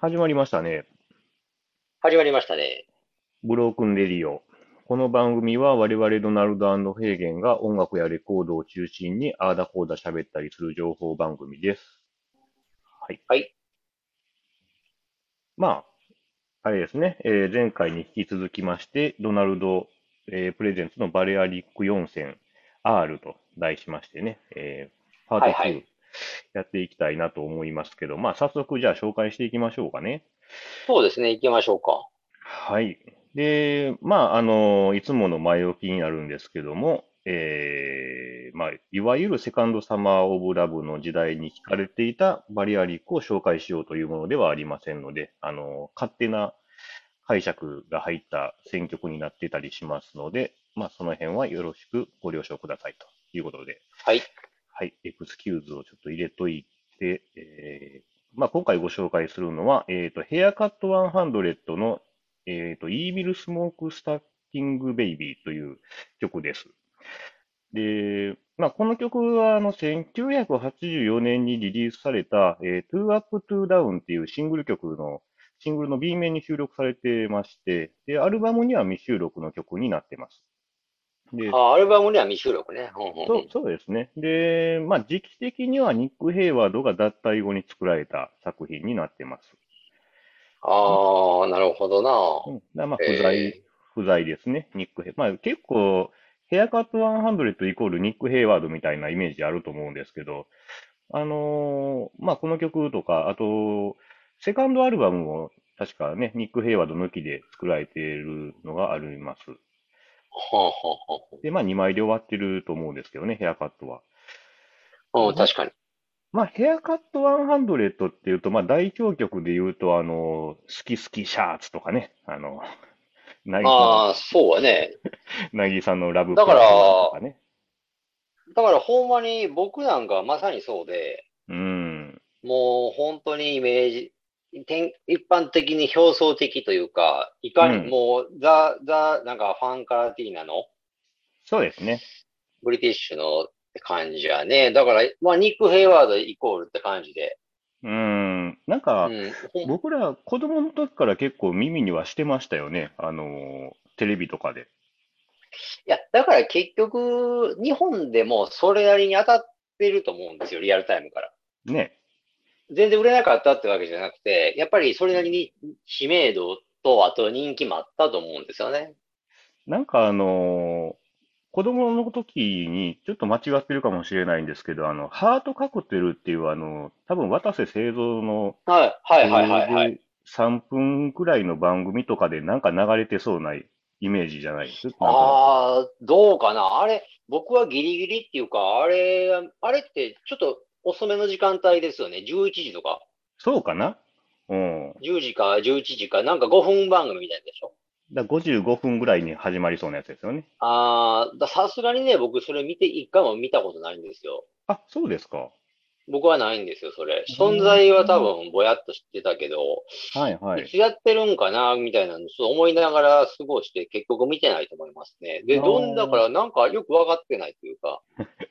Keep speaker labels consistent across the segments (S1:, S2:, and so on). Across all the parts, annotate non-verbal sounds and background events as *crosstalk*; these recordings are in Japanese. S1: 始まりましたね。
S2: 始まりましたね。
S1: ブロークンレディオ。この番組は我々ドナルドヘーゲンが音楽やレコードを中心にあーだこーだ喋ったりする情報番組です。はい。
S2: はい
S1: まあ、あれですね、えー前回に引き続きまして、ドナルド、えープレゼンツのバレアリック4選 R と題しましてね、えーパート2、
S2: はいはい
S1: やっていきたいなと思いますけど、まあ早速じゃあ紹介していきましょうかね。
S2: そうですね、行きましょうか。
S1: はい。で、まあ、あの、いつもの前置きになるんですけども、えーまあ、いわゆるセカンドサマー・オブ・ラブの時代に惹かれていたバリアリックを紹介しようというものではありませんので、あの、勝手な解釈が入った選曲になってたりしますので、まあ、その辺はよろしくご了承くださいということで、
S2: はい。
S1: はい、エクスキューズをちょっと入れといて、えーまあ、今回ご紹介するのは、えー、とヘアカット100の、えー、とイービルスモークスタッキングベイビーという曲です。で、まあ、この曲はあの1984年にリリースされた、えー、Two Up Two Down っていうシングル曲のシングルの B 面に収録されてまして、で、アルバムには未収録の曲になってます。で、
S2: あアルバムには未収録ね。うんうんうん
S1: そうそうですね。で、まあ、時期的にはニック・ヘイワードが脱退後に作られた作品になってます。
S2: ああ、なるほどな。
S1: うん、だからまあ
S2: えー
S1: 不在、不在ですね、ニック・ヘイ。まあ、結構、ヘアカット100イコールニック・ヘイワードみたいなイメージあると思うんですけど、あのーまあ、この曲とか、あと、セカンドアルバムも確かね、ニック・ヘイワード抜きで作られているのがあります。
S2: はあは
S1: で、まあ、2枚で終わってると思うんですけどね、ヘアカットは。
S2: あはあうん、確かに。
S1: まあ、ヘアカット100っていうと、まあ、代表曲で言うと、あの、好き好きシャーツとかね、あの、 *laughs* なぎ
S2: ああ、そうやね。
S1: なぎさんのラブ
S2: だから
S1: プラスワンとかね。
S2: だからほんまに僕なんかまさにそうで、
S1: うん。
S2: もう本当にイメージ、て一般的に表層的というか、いかに
S1: うん
S2: もうザ、ザ、なんかファンカラティーナの
S1: そうですね。
S2: ブリティッシュの感じやね。だから、まあ、ニック・ヘイワードイコールって感じで。
S1: うん。なん
S2: う
S1: か、
S2: ん、ほん
S1: 僕ら子供の時から結構耳にはしてましたよね。あの、テレビとかで。
S2: いや、だから結局、日本でもそれなりに当たってると思うんですよ、リアルタイムから。
S1: ね。
S2: 全然売れなかったってわけじゃなくて、やっぱりそれなりに知名度と、あと人気もあったと思うんですよね。
S1: なんかあの子供の時に、ちょっと間違ってるかもしれないんですけど、あの、ハートカクテルっていう、あの、多分渡瀬製造の
S2: はい、はい、はい、はい、はい。
S1: 3分くらいの番組とかでなんか流れてそうなイメージじゃないですなんか
S2: ああ、どうかな。あれ、僕はギリギリっていうか、あれ、あれってちょっと遅めの時間帯ですよね。11時とか、
S1: そうかなうん。
S2: 10時か11時か、なんか5分番組みたいなやつでしょ。
S1: だから55分ぐらいに始まりそうなやつですよね。
S2: ああ、ださすがにね、僕それ見て、一回も見たことないんですよ。
S1: あ、そうですか。
S2: 僕はないんですよ、それ。
S1: うん
S2: 存在は多分ぼやっと知ってたけど、、
S1: はいはいい。
S2: つやってるんかな、みたいなのちょっと思いながら過ごして、結局見てないと思いますね。で、
S1: あー
S2: どんだから、なんかよく分かってないというか。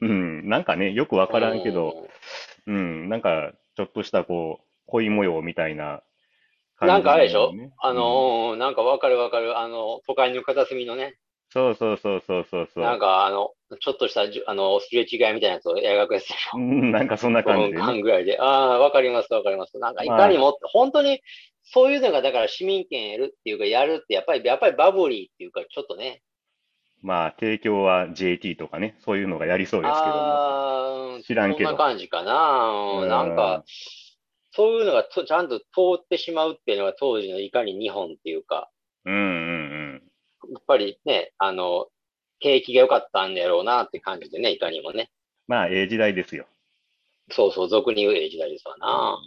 S1: うん。なんかね、よくわからんけど、
S2: うん
S1: うん。なんか、ちょっとしたこう、恋模様みたいな感
S2: なんかあれで
S1: じ
S2: し
S1: の
S2: ょ
S1: ね
S2: あ
S1: うん
S2: のーなんか分かる分かる、あの、都会の片隅のね、
S1: そうそうそうそうそうそう。
S2: なんかあの、ちょっとしたじゅ、あの、すれ違いみたいなやつを描くやつでしょ。
S1: うんなんかそんな
S2: 5
S1: 感じ
S2: 分
S1: でね。
S2: 間ぐらいで。ああ、わかります、わかります。なんか、いかにも、本当に、そういうのが、だから市民権やるっていうか、やるって、やっぱり、やっぱりバブリーっていうか、ちょっとね。
S1: まあ、提供は JT とかね、そういうのがやりそうですけども。
S2: ああー、
S1: 知らんけど
S2: そんな感じかな。
S1: う
S2: うんん、なんか、そういうのがとちゃんと通ってしまうっていうのが、当時のいかに日本っていうか、
S1: うんうんうん。
S2: やっぱりね、あの、景気が良かったんやろうなって感じでね、いかにもね。
S1: まあ、ええ時代ですよ。
S2: そうそう、俗に言うええ時代ですわな。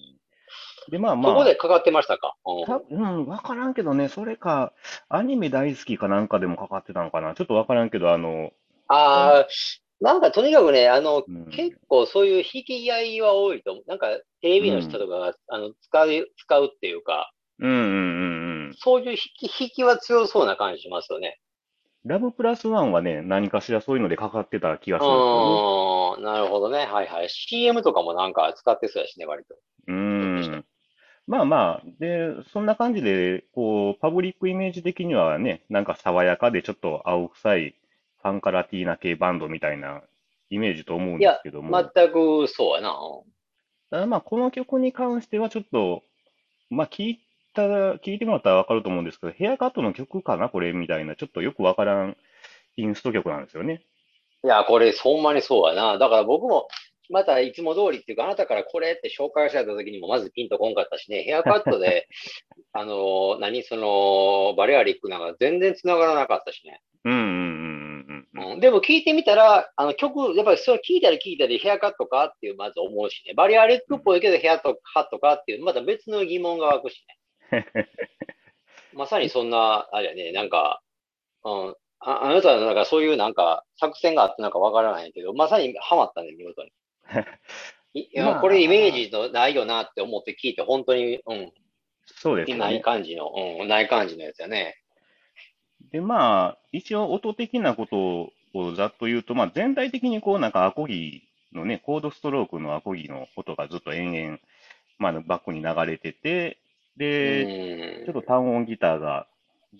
S1: で、まあま
S2: そこ
S1: あ、
S2: でかかってましたか。うん
S1: たうん、わからんけどね、それか、アニメ大好きかなんかでもかかってたのかな。ちょっとわからんけど、あの、
S2: ああ、なんかとにかくね、あの、
S1: うん、
S2: 結構そういう引き合いは多いと思う。なんかテレビの人とかが、あの使う使うっていうか、
S1: うんうんうんうん。
S2: そういう引き引きは強そうな感じしますよね。
S1: ラブプラスワンはね、何かしらそういうのでかかってた気が
S2: う
S1: するんですよ
S2: ーん、なるほどね。はいはい。CM とかもなんか使ってそうやしね、割と。
S1: ね。うん。まあまあ、で、そんな感じで、こう、パブリックイメージ的にはね、なんか爽やかでちょっと青臭いファンカラティーナ系バンドみたいなイメージと思うんですけども、
S2: 全くそうやな。
S1: ただまあ、この曲に関してはちょっと、まあ、聞いた、聞いてもらったらわかると思うんですけど、ヘアカットの曲かな、これみたいな、ちょっとよくわからんインスト曲なんですよね。
S2: いや、これ、ほんまにそうやな。だから僕も、またいつも通りっていうか、あなたからこれって紹介された時にも、まずピンとこんかったしね、ヘアカット
S1: *laughs*
S2: で、あのー何、その、バレアリックなんか全然繋がらなかったしね。
S1: うんうんうんうんうん。
S2: うん、でも聞いてみたら、あの曲、やっぱりそれ聞いたり聞いたりヘアカットかっていう、まず思うしね。バリアリックっぽいけどヘアカットかっていう、また別の疑問が湧くし
S1: *laughs*
S2: ね。まさにそんな、あれやね、なんか、うん、ああなたのなんかそういうなんか作戦があってなんかわからないけど、まさにハマったね、見事
S1: *laughs*
S2: に。いいや
S1: まあ
S2: これイメージのないよなって思って聞いて、本当に、うん、
S1: そうですよ
S2: ない
S1: ね。
S2: 感じの、うん、ない感じのやつやね。
S1: で、まあ、一応音的なことをざっと言うと、まあ、全体的にこう、なんかアコギのね、コードストロークのアコギの音がずっと延々、まあ、バックに流れてて、で、ちょっと単音ギターが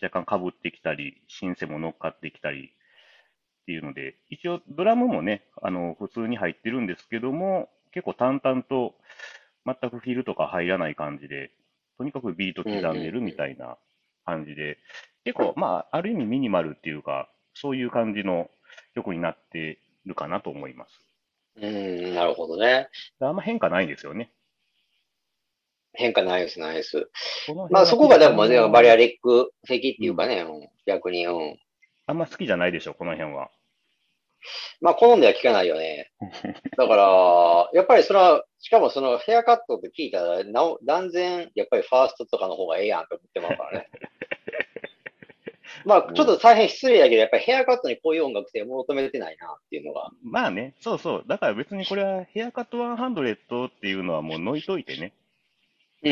S1: 若干被ってきたり、シンセも乗っかってきたりっていうので、一応ドラムもね、あの、普通に入ってるんですけども、結構淡々と全くフィルとか入らない感じで、とにかくビート刻んでるみたいな感じで、結構、まあ、ある意味ミニマルっていうか、そういう感じの曲になってるかなと思います。
S2: うん、うん、なるほどね。
S1: あんま変化ないんですよね。
S2: 変化ないです、ないです。
S1: この辺
S2: まあ
S1: は
S2: そこがでも、ね、バリア
S1: リ
S2: リック的っていうかね、うん逆に、うん。
S1: あんま好きじゃないでしょ、この辺は。
S2: まあ好んでは聞かないよ *laughs* ね。だから、やっぱりそれは、しかもそのヘアカットって聞いたら、なお断然、やっぱりファーストとかの方がええやんと思ってます *laughs* からね。まあちょっと大変失礼だけど、やっぱりヘアカットにこういう音楽性求めてないなっていうのが。
S1: まあね、そうそう。だから別にこれはヘアカット100っていうのはもうのいといてね。
S2: う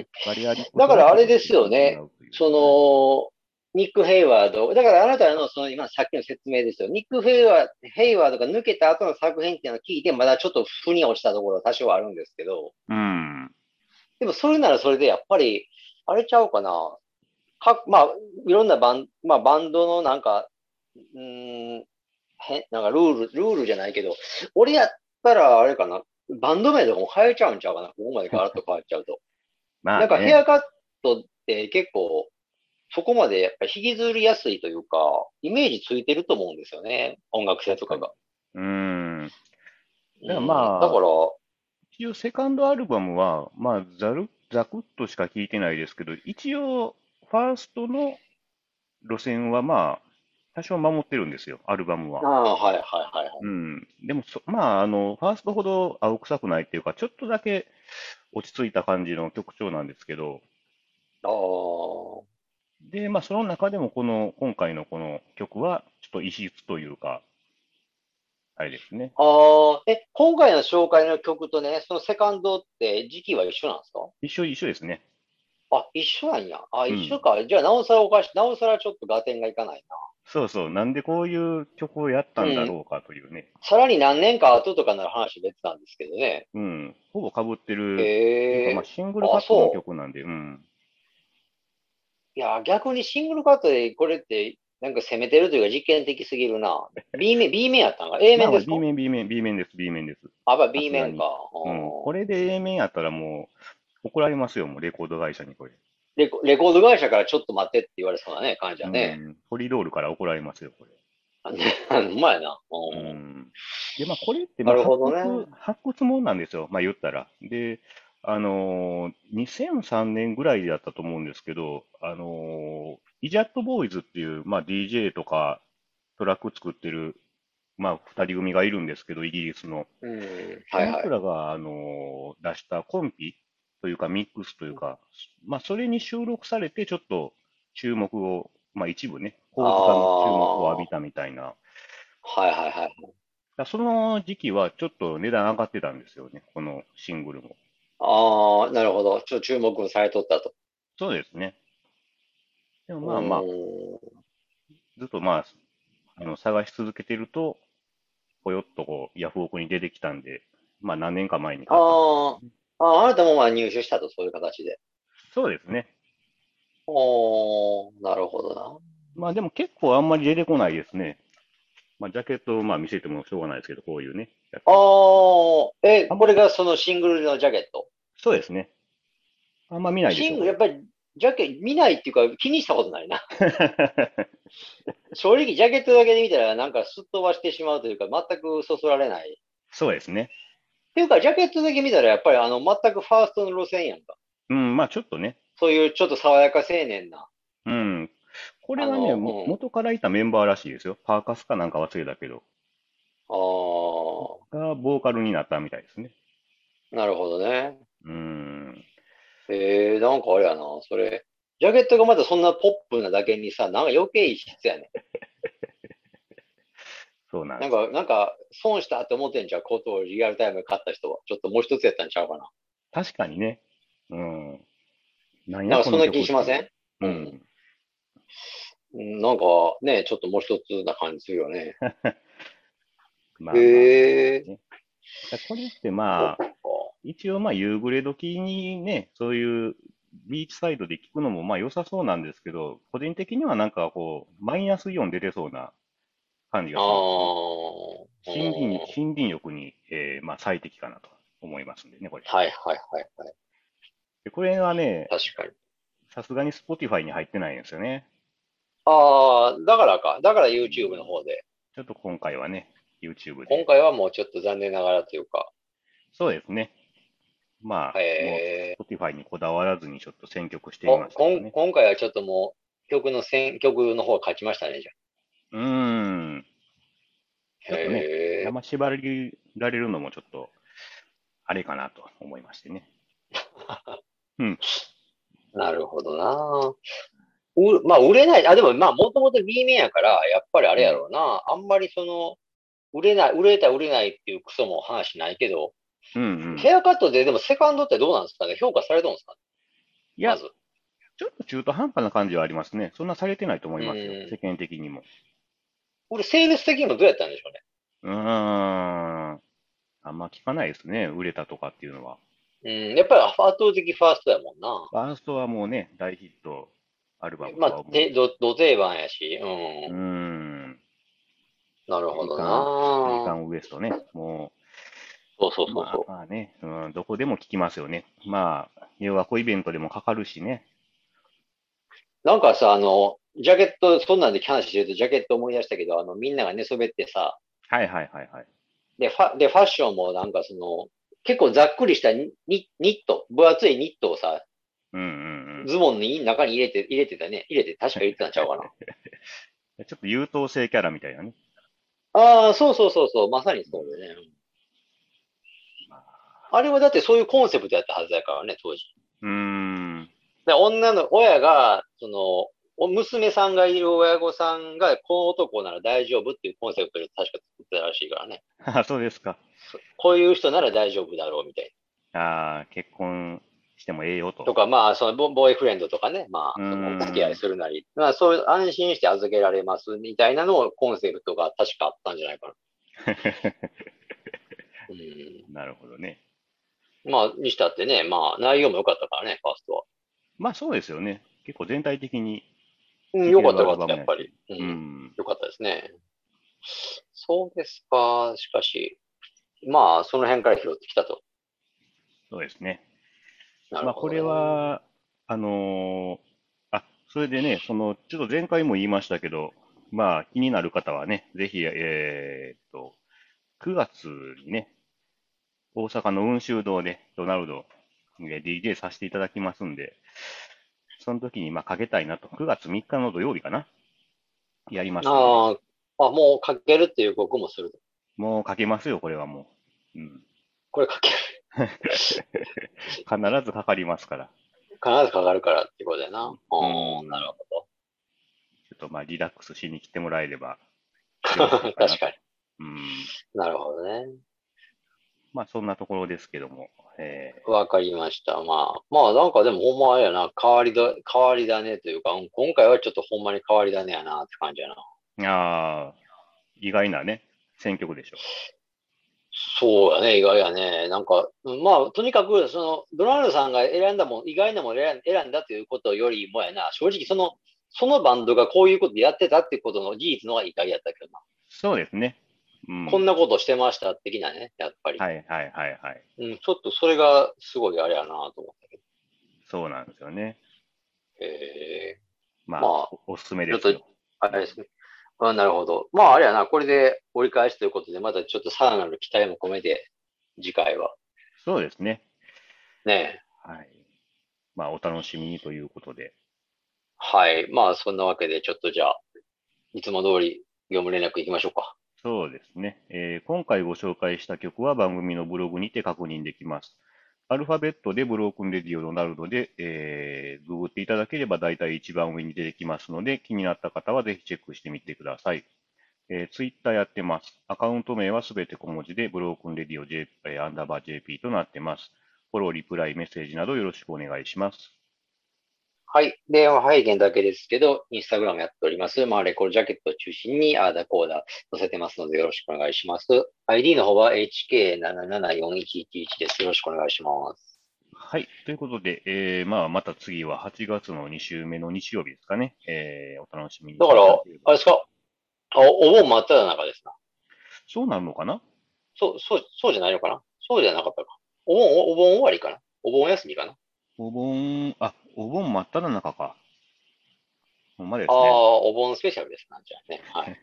S2: ん。
S1: バリアリック
S2: だからあれですよね。その、ニック・ヘイワード、だからあなたのその今さっきの説明ですよ。ニック・ヘイワードヘイワードが抜けた後の作品っていうのを聞いて、まだちょっと腑に落ちたところは多少あるんですけど、
S1: うん。
S2: でもそれならそれでやっぱり、あれちゃうかな。かまあ、いろんなバン,、まあ、バンドのなんか、うーん、へなんかルール、ルールじゃないけど、俺やったらあれかな。バンド名とかも変えちゃうんちゃうかな。ここまでガラッと変わっちゃうと。
S1: まあ、
S2: な
S1: ね、
S2: んかヘアカットって結構、そこまでやっぱ引きずりやすいというか、イメージついてると思うんですよね。音楽性とかが。
S1: うん。だから
S2: うん
S1: まあ
S2: だから、
S1: 一応セカンドアルバムは、まあ、ざる、ざくっとしか聞いてないですけど、一応、ファーストの路線はまあ、多少守ってるんですよ、アルバムは。
S2: ああ、はいはいはいはい。
S1: うん、でもそ、まあ、あの、ファーストほど青臭くないっていうか、ちょっとだけ落ち着いた感じの曲調なんですけど、
S2: ああ。
S1: で、まあ、その中でも、この、今回のこの曲は、ちょっと異質というか、あれですね。
S2: ああ、え、今回の紹介の曲とね、そのセカンドって時期は一緒なんですか
S1: 一緒一緒ですね。
S2: あ、一緒なんや。あ、
S1: うん
S2: 一緒か。じゃあ、なおさらおかし、なおさらちょっと合点がいかないな。
S1: そうそう、なんでこういう曲をやったんだろうかというね、
S2: さらに何年か後とかなら話別なんですけどね。
S1: うん、ほぼ被ってる、っていう
S2: へ
S1: か
S2: え
S1: まあ、。シングルカットの曲なんで、うん。
S2: いや、逆にシングルカットでこれって、なんか攻めてるというか実験的すぎるな。B 面、B 面やったんか ?A
S1: まあ
S2: 面
S1: ま
S2: で
S1: あ
S2: すか
S1: B 面、B 面、B 面です、B 面です。
S2: あ、まあ B 面か。
S1: うん、
S2: うん
S1: これで A 面やったらもう、怒られますよ、もうレコード会社にこれ。
S2: レコレコード会社からちょっと待ってって言われそうだね、感じだね。
S1: うん、トリドールから怒られますよ、これ。
S2: うまやな。う
S1: うんん、で、まあ、これって、まあ
S2: なるほどね
S1: 発掘発掘もんなんですよ、まあ、言ったら。で、あのー2003年ぐらいだったと思うんですけど、あのーイジャットボーイズっていう、まあ、DJ とかトラック作ってる、まあ、2人組がいるんですけど、イギリスの。
S2: うん。
S1: そ
S2: はい
S1: の
S2: は
S1: 人
S2: い。
S1: らが、あのー出したコンピというかミックスというか、まあ、それに収録されて、ちょっと注目を、まあ、一部ね、大塚の注目を浴びたみたいな、だか
S2: はいはいはい。
S1: らその時期はちょっと値段上がってたんですよね、このシングルも。
S2: ああ、なるほど。ちょっと注目されとったと。
S1: そうですね。でもまあまあ
S2: うん、
S1: ずっとまあ、あの探し続けてると、ぽよっとこうヤフオクに出てきたんで、まあ何年か前に買った
S2: ああ、ああなたもまあ入手したと、そういう形で。
S1: そうですね。
S2: おー、なるほどな。
S1: まあでも結構あんまり出てこないですね。まあジャケットをまあ見せてもしょうがないですけど、こういうね。やつ
S2: あー、え、これがそのシングルのジャケット。
S1: そうですね。あんま見ないで
S2: シ
S1: し
S2: ン
S1: ょ
S2: グル、やっぱり、ジャケ見ないっていうか、気にしたことない *laughs* な。正直、ジャケットだけで見たら、なんかすっ飛ばしてしまうというか、全くそそられない。
S1: *laughs* そうですね。
S2: っていうか、ジャケットだけ見たら、やっぱりあの、全くファーストの路線やんか。
S1: うん、まあちょっとね。
S2: そういうちょっと爽やか青年な。
S1: うん。これはね、
S2: あの
S1: も
S2: うん
S1: 元からいたメンバーらしいですよ。パーカスかなんか忘れたけど。
S2: あー、
S1: が、ボーカルになったみたいですね。
S2: なるほどね。
S1: うん。
S2: えー、なんかあれやな、それ。ジャケットがまだそんなポップなだけにさ、なんか余計異質やね。
S1: そうなんで
S2: な
S1: す。
S2: んか、なんか、損したって思ってんじゃん、ことをリアルタイムで買った人は。ちょっともう一つやったんちゃうかな。
S1: 確かにね。うん。なん
S2: なんかそんな気
S1: 曲
S2: しません
S1: う。
S2: うんうんなんかね、ちょっともう一つな感じする
S1: *laughs*
S2: よね。
S1: まあ、
S2: へえー。
S1: これってまあ、一応まあ夕暮れ時にね、そういうビーチサイドで聞くのもまあ良さそうなんですけど、個人的にはなんかこう、マイナスイオン出てそうな感じが
S2: あ
S1: しますね。
S2: ー。
S1: 森林
S2: うん
S1: に、森林浴に、えーまあ、最適かなと思いますんでね、これ。
S2: はいはいはいはい。
S1: でこれはね、
S2: 確かに。
S1: さすがに Spotify に入ってないんですよね。
S2: ああ、だからか。だから YouTube の方で。
S1: ちょっと今回はね、YouTube
S2: 今
S1: で。
S2: 回はもうちょっと残念ながらというか。
S1: そうですね。まあ、
S2: え
S1: もう Spotify にこだわらずにちょっと選曲して
S2: ー、
S1: み
S2: こ
S1: ましたけど
S2: こん
S1: ね。
S2: 今回はちょっともう、曲の選曲の方が勝ちましたね、じゃ
S1: うーん。ちょ
S2: あ。
S1: っとね
S2: へー
S1: 生縛りられるのもちょっと、あれかなと思いましてね。
S2: なるほどな。うまあ、売れない。あ、でも、まあ、もともと B 面やから、やっぱりあれやろうな。あんまりその、売れない、売れた売れないっていうクソも話ないけど、
S1: うんうん。い
S2: ヘアカットで、でもセカンドってどうなんですかね評価されたんですか
S1: や、
S2: ま
S1: ち
S2: ず。
S1: ょっと中途半端な感じはありますね。そんなされてないと思いますよ
S2: うん、
S1: 世間的にも。
S2: 俺、セールス的にもどうやったんでしょ
S1: うーん。あんま聞かないですね、売れたとかっていうのは。
S2: うね。うん、やっぱり圧倒的ファーストやもんな。
S1: ファーストはもうね、大ヒットアルバムと
S2: ま
S1: は
S2: あ
S1: 思う。、
S2: で、ど、ど定番やし、う
S1: うー
S2: ん。
S1: ん。
S2: なるほ
S1: ペ
S2: ど
S1: リカ
S2: な。
S1: ンウエストね。も
S2: そうそう
S1: う、
S2: そう
S1: ま
S2: そう
S1: あ、。まあね、うん、どこでも聞きますよね。まあ、洋楽イベントでもかかるしね。
S2: なんかさ、あの、ジャケット、そんなんで話してるとジャケット思い出したけど、あの、みんなが寝そべってさ、
S1: はいはいはいはい。
S2: で、ファでファッションもなんかその、結構ざっくりしたニニニット、分厚いニットをさ、
S1: うんうんうん。
S2: ズボンの中に入れて、入れてたね。入れて、確か入れてたんちゃうかな。
S1: ちょっと優等生キャラみたいなね。
S2: ああ、そうそうそうそう、まさにそうだね。あれはだってそういうコンセプトやったはずだからね、当時。
S1: うーん。
S2: で女の、親が、その、お娘さんがいる親御さんが、この男なら大丈夫っていうコンセプトで確か作ってたらしいからね。
S1: あそうですか。
S2: こういう人なら大丈夫だろうみたい
S1: ああ、結婚してもええよと。
S2: な。とか、まあ、そのボボーイフレンドとかね、まあ、その
S1: うん
S2: お付き合いするなり、まあ、そういう安心して預けられますみたいなのをコンセプトが確かあったんじゃないかな。う
S1: *laughs*
S2: ん
S1: なるほどね。
S2: まあ、にしたってね、まあ、内容も良かったからね、ファーストは。
S1: まあそうですよね。結構全体的に。
S2: うん、良かった良かった、やっぱり。う、
S1: うんん。
S2: 良かったですね。そうですか、しかし。まあ、その辺から拾ってきたと。
S1: そうですね。
S2: な
S1: ま
S2: る
S1: あ、こ
S2: ほど
S1: れ
S2: ね、
S1: は、あのーあ、それでね、その、ちょっと前回も言いましたけど、まあ、気になる方はね、ぜひ、えーっと、9月にね、大阪の雲州堂で、ドナルド、えー DJ させていただきますんで、その時に、まあ、かけたいなと、9月3日の土曜日かな、やりますんで
S2: ああ、あ、もうかけるっていう僕もすると。
S1: もうかけますよ、これはもう。うん。
S2: これかける。
S1: 必ずかかりますから、
S2: 必ずかかるからってことやな。
S1: ん
S2: うん、なるほ
S1: ち
S2: ど。
S1: ょっとまあ、リラックスしに来てもらえれば、
S2: *laughs* 確かに。
S1: うん。
S2: なるほどね。
S1: まあそんなところですけども、え
S2: わかりました。まあ、まあなんかでもほんまあれやな、変わりだ、変わりだねというか、うん今回はちょっとほんまに変わりだねやなって感じやな。
S1: ー、あー意外なね、選曲でしょ。
S2: そうやね、意外やね。なんか、うんまあ、とにかく、その、ドナルドさんが選んだもん、意外なもん選ん選んだということよりもやな、正直その、そのバンドがこういうことやってたってことの事実の方が意外やったけどな。
S1: そうですね。うん、
S2: こんなことしてました的なね、やっぱり。
S1: はいはいはいはい。
S2: うん、ちょっとそれがすごいあれやなと思ったけど。
S1: そうなんですよね。
S2: へえ
S1: まあ、
S2: まあ
S1: おおすすめです
S2: ちょ
S1: よ。
S2: あれですね。あなるほど。まあ、あれやな、これで折り返しということで、またちょっとさらなる期待も込めて、次回は。
S1: そうですね。
S2: ねえ。
S1: はい。まあ、お楽しみにということで。
S2: はい。まあ、そんなわけで、ちょっとじゃあ、いつも通り業務連絡いきましょうか。
S1: そうですね、えー今回ご紹介した曲は番組のブログにて確認できます。アルファベットでブロークンレディオドナルドで、えー、ググっていただければ大体一番上に出てきますので、気になった方はぜひチェックしてみてください。えー、ツイッターやってます。アカウント名はすべて小文字で、ブロークンレディオ J、えーアンダーバー JP となってます。フォロー、リプライ、メッセージなどよろしくお願いします。
S2: はい。電話拝見だけですけど、インスタグラムやっております。まあ、レコードジャケットを中心に、ああだこうだ載せてますので、よろしくお願いします。ID の方は HK774111 です。よろしくお願いします。
S1: はい。ということで、えー、まあ、また次は8月の2週目の日曜日ですかね。えー、お楽しみに。
S2: だから、あれですかあお盆真っ只中ですな。
S1: そうなるのかな
S2: そう、そう、そうじゃないのかなそうじゃなかったか。お盆、お盆終わりかなお盆休みかな
S1: お盆、あ、お盆真っ只中か。ほんまです
S2: ああ
S1: ね。
S2: ー、お盆スペシャルですな、じゃあね。はい。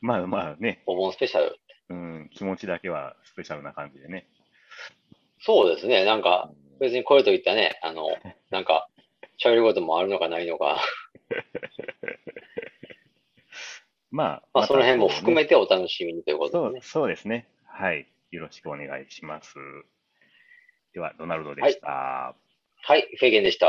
S1: まあまあね、
S2: お盆スペシャル。
S1: うん、気持ちだけはスペシャルな感じでね。
S2: そうですね。なんか、別にこれといったね、あの、なんか、喋ることもあるのかないのか、
S1: まあ、
S2: まあ、
S1: た
S2: その辺も含めてお楽しみにというこ
S1: そ
S2: と
S1: う
S2: で
S1: ね
S2: すね。
S1: そう、そうですね。はい。よろしくお願いします。では、ドナルドでした。
S2: はい、フェーゲンでした。